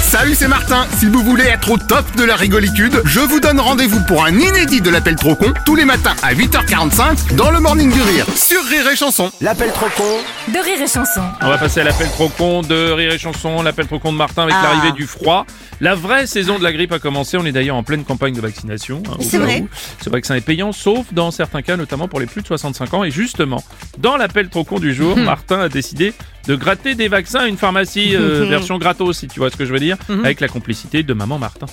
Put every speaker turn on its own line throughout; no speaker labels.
Salut, c'est Martin. Si vous voulez être au top de la rigolitude, je vous donne rendez-vous pour un inédit de l'appel trop con tous les matins à 8h45 dans le Morning du Rire sur Rire et Chanson.
L'appel trop con
de rire et chanson.
On va passer à l'appel trop con de Rire et Chanson, l'appel trop con de Martin avec
Ah.
l'arrivée du froid. La vraie saison de la grippe a commencé, on est d'ailleurs en pleine campagne de vaccination. hein, au
C'est
cas
vrai.
où. Ce vaccin est payant, sauf dans certains cas, notamment pour les plus de 65 ans. Et justement, dans l'appel trop con du
Mhm.
jour, Martin a décidé de gratter des vaccins à une pharmacie
Mhm.
euh, version gratos, si tu vois ce que je veux dire, avec la complicité de maman Martin.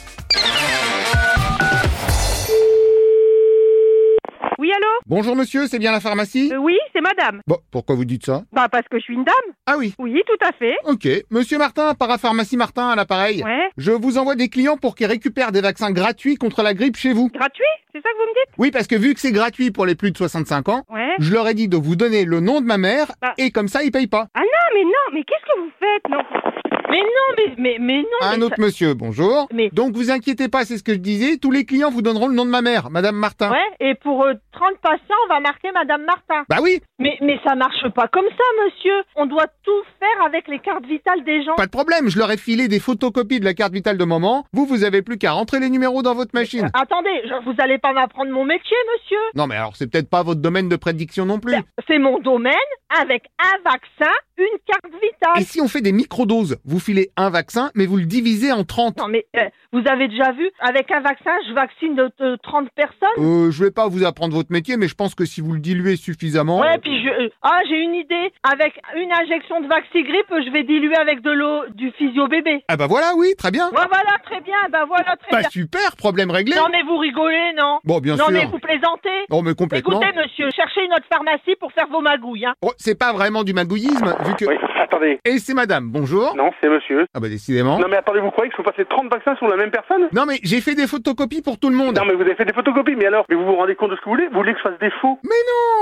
Oui, allô
Bonjour monsieur, c'est bien la pharmacie
Euh, Oui, c'est madame.
Bon, pourquoi vous dites ça
Bah, parce que je suis une dame.
Ah oui,
Oui, tout à fait.
ok. Monsieur Martin, parapharmacie Martin à l'appareil.
Ouais.
Je vous envoie des clients pour qu'ils récupèrent des vaccins gratuits contre la grippe chez vous.
Gratuit C'est ça que vous me dites
Oui, parce que vu que c'est gratuit pour les plus de 65 ans,
Ouais.
je leur ai dit de vous donner le nom de ma mère
Bah.
et comme ça ils payent pas.
Ah non, mais non, mais qu'est-ce que vous faites Non. Mais non, mais, mais, mais non.
Un
Ah, mais
autre monsieur, bonjour.
Mais-
Donc vous inquiétez pas, c'est ce que je disais, tous les clients vous donneront le nom de ma mère, Madame Martin.
ça- Ouais, et pour euh, 30 patients, on va marquer Madame Martin.
Bah oui,
Mais, mais ça marche pas comme ça, monsieur. On doit tout faire avec les cartes vitales des gens.
pas de problème, je leur ai filé des photocopies de la carte vitale de maman. Vous, vous avez plus qu'à rentrer les numéros dans votre machine.
Euh, attendez, je- vous allez pas m'apprendre mon métier, monsieur.
Non mais alors c'est peut-être pas votre domaine de prédiction non plus.
C'est mon domaine avec un vaccin, une carte vitale.
Et si on fait des microdoses Vous filez un vaccin, mais vous le divisez en 30.
Non, mais euh, vous avez déjà vu, avec un vaccin, je vaccine de, de 30 personnes.
Euh, je vais pas vous apprendre votre métier, mais je pense que si vous le diluez suffisamment...
Ouais, puis je. euh, Ah, j'ai une idée. Avec une injection de Vaxigrippe, je vais diluer avec de l'eau du physio bébé.
Ah bah voilà, oui, très bien.
Ouais, voilà, très bien. Bah voilà, très
Bah
bien.
super, problème réglé.
Non, mais vous rigolez, non
Bon, bien
Non,
sûr.
mais vous plaisantez.
Oh mais complètement.
Écoutez, monsieur, cherchez une autre pharmacie pour faire vos magouilles. Hein.
Oh, c'est pas vraiment du magouillisme, vu que...
Oui, attendez.
Et c'est madame, bonjour.
Non, c'est monsieur.
Ah bah décidément.
Non, mais attendez, vous croyez que je peux passer 30 vaccins sur la même personne
Non mais j'ai fait des photocopies pour tout le monde.
Non, mais vous avez fait des photocopies, mais alors Mais vous vous rendez compte de ce que vous voulez Vous voulez que je fasse des faux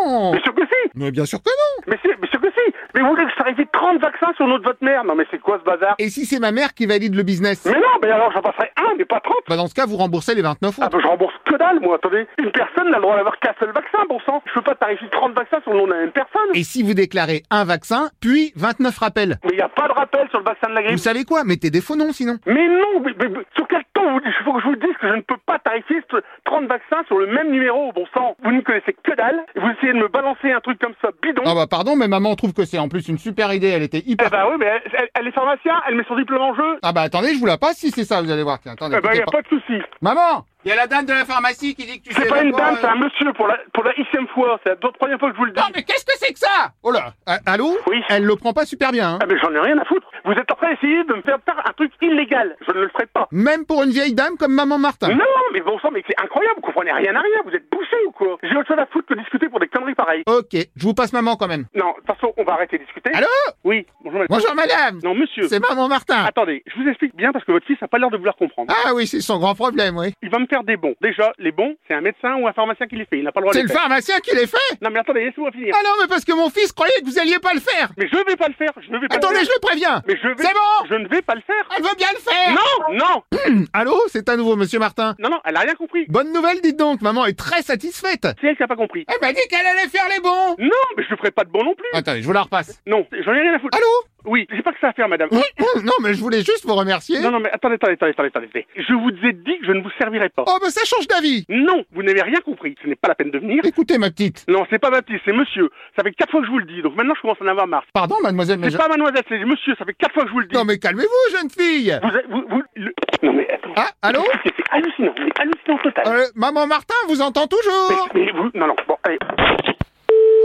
Non.
Mais sûr que si
Mais bien sûr que non.
Mais si, mais sûr que si Mais vous voulez que je fasse 30 vaccins sur notre votre mère Non, mais c'est quoi ce bazar
Et si c'est ma mère qui valide le business
Mais non, mais alors j'en passerai un, mais pas 30
Bah dans ce cas, vous remboursez les 29
Ah
autres.
bah je rembourse que dalle, moi, attendez Une personne n'a le droit d'avoir qu'un seul vaccin, bon sang Je peux pas tarifier 30 vaccins sur le nom de la même personne
Et si vous déclarez un vaccin, puis 29 rappels
Mais il a pas de rappel sur le vaccin de la
Vous
grippe
savez quoi Mettez des faux noms sinon.
Mais non mais, mais- mais sur quel temps vous dites Il faut que je vous dise que je ne peux pas tarifier ce- 30 vaccins sur le même numéro, bon sang Vous ne connaissez que dalle, et vous essayez de me balancer un truc comme ça, bidon
Ah bah pardon, mais maman trouve que c'est en plus une super idée, elle était
Eh
hyper...
ben oui, mais elle, elle- elle est pharmacien, elle met son diplôme en jeu
Ah bah attendez, je vous la passe si c'est ça, vous allez voir. Tiens, attendez,
Eh ben, y
écoutez
a pas de souci.
Maman Il y a la dame de la pharmacie qui dit que tu
C'est pas une dame, c'est un monsieur pour la, pour la xème fois. C'est la deux- troisième fois que je vous le dis.
euh. Non mais qu'est-ce que c'est que ça Oh là Ah, Allô
Oui.
Elle le prend pas super bien, hein.
Ah, mais j'en ai rien à foutre. Vous êtes en train d'essayer de me faire faire un truc illégal. Je ne le ferai pas.
Même pour une vieille dame comme maman Martin.
Non, mais bon sang, mais c'est incroyable. Vous comprenez rien à rien. Vous êtes bouché ou quoi J'ai autre chose à foutre que de discuter pour des conneries pareilles.
Ok, je vous passe maman quand même.
Non, de toute façon, on va arrêter de discuter.
Allô
Oui, bonjour madame.
Bonjour madame
Non, monsieur.
C'est maman Martin
Attendez, je vous explique bien parce que votre fils n'a pas l'air de vouloir comprendre.
Ah oui, c'est son grand problème, oui.
Il va me faire des bons. Déjà, les bons, c'est un médecin ou un pharmacien qui les fait. Il n'a pas le droit de
C'est
les
le
faire.
pharmacien qui les fait
Non, mais attendez, laissez-moi finir.
Ah non, mais parce que mon fils croyait que vous alliez pas le faire
Mais je vais pas le faire. Je ne vais pas le
Attendez,
faire.
je le préviens
Mais je vais.
C'est bon Ah.
Je ne vais pas le faire.
Elle veut bien le faire
Non, non,
Allô, c'est à nouveau monsieur Martin.
non, non, elle a rien compris.
Bonne nouvelle, dites donc, maman est très satisfaite
C'est elle qui a pas compris.
Elle m'a dit qu'elle allait faire les bons
Non, mais je ferai pas de bon non plus.
Attendez, je vous la repasse.
Non, j'en ai rien à foutre.
Allô Hum,
Oui, j'ai pas que ça à faire, madame.
Non, mais je voulais juste vous remercier.
Non, non, mais attendez, attendez, attendez, attendez, attendez. Je vous ai dit que je ne vous servirai pas.
Oh, mais ça change d'avis
Non, vous n'avez rien compris. Ce n'est pas la peine de venir.
Écoutez, ma petite.
Non, c'est pas Baptiste, c'est monsieur. Ça fait quatre fois que je vous le dis, donc maintenant je commence à en avoir marre.
Pardon, mademoiselle, mais
C'est
je-
pas mademoiselle, c'est monsieur, ça fait quatre fois que je vous le dis.
Non, mais calmez-vous, jeune fille
Vous, êtes- vous, vous- le- Non, mais attends.
Ah, allô
C'est c'est hallucinant, c'est hallucinant total.
Euh, Maman Martin vous entend toujours
Mais vous... Non, non, bon, allez.